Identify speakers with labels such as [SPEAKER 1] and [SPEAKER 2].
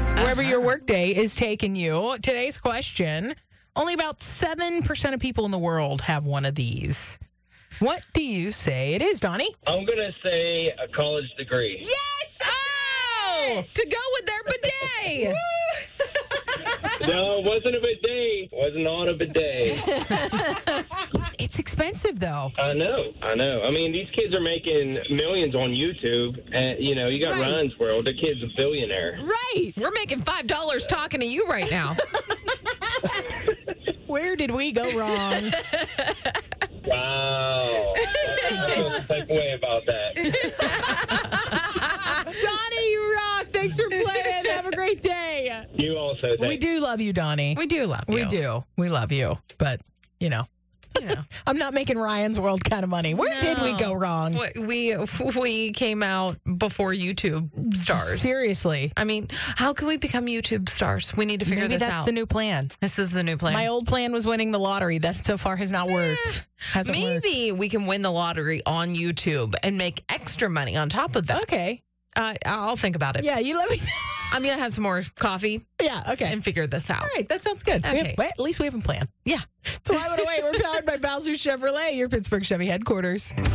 [SPEAKER 1] wherever your
[SPEAKER 2] Uh-huh.
[SPEAKER 1] workday is taking you. Today's question only about 7% of people in the world have one of these. What do you say it is, Donnie?
[SPEAKER 3] I'm gonna say a college degree.
[SPEAKER 2] Yes!
[SPEAKER 1] Oh, to go with their bidet.
[SPEAKER 3] No, it wasn't a bidet. Wasn't on a bidet.
[SPEAKER 1] it's expensive, though.
[SPEAKER 3] I know. I know. I mean, these kids are making millions on YouTube, and you know, you got
[SPEAKER 1] Right.
[SPEAKER 3] Ryan's World. The kid's a billionaire.
[SPEAKER 1] Right. We're making $5 talking to you right now. Where did we go wrong?
[SPEAKER 3] Wow. What's the away about that?
[SPEAKER 2] Donnie, you rock. Thanks for playing. Have a great day.
[SPEAKER 3] You also. Think.
[SPEAKER 1] we do love you, Donnie.
[SPEAKER 2] We do love
[SPEAKER 1] We
[SPEAKER 2] you.
[SPEAKER 1] do. We love you. But, you know,
[SPEAKER 2] You know,
[SPEAKER 1] I'm not making Ryan's World kind of money. Where did we
[SPEAKER 2] No.
[SPEAKER 1] go wrong?
[SPEAKER 2] w- we we came out before YouTube stars.
[SPEAKER 1] Seriously.
[SPEAKER 2] I mean, how can we become YouTube stars? We need to figure
[SPEAKER 1] Maybe
[SPEAKER 2] this
[SPEAKER 1] that's
[SPEAKER 2] out.
[SPEAKER 1] the new plan.
[SPEAKER 2] this is the new plan.
[SPEAKER 1] My old plan was winning the lottery. That so far has not worked. Hasn't worked.
[SPEAKER 2] Maybe we can win the lottery on YouTube and make extra money on top of that.
[SPEAKER 1] Okay.
[SPEAKER 2] Uh, I'll think about it.
[SPEAKER 1] Yeah, you let me.
[SPEAKER 2] I'm gonna have some more coffee
[SPEAKER 1] yeah, okay.
[SPEAKER 2] and figure this out.
[SPEAKER 1] All right, that sounds good. We have-
[SPEAKER 2] Okay.
[SPEAKER 1] well, at least we have a plan.
[SPEAKER 2] Yeah.
[SPEAKER 1] So I went away. We're powered by Bowser Chevrolet, your Pittsburgh Chevy headquarters.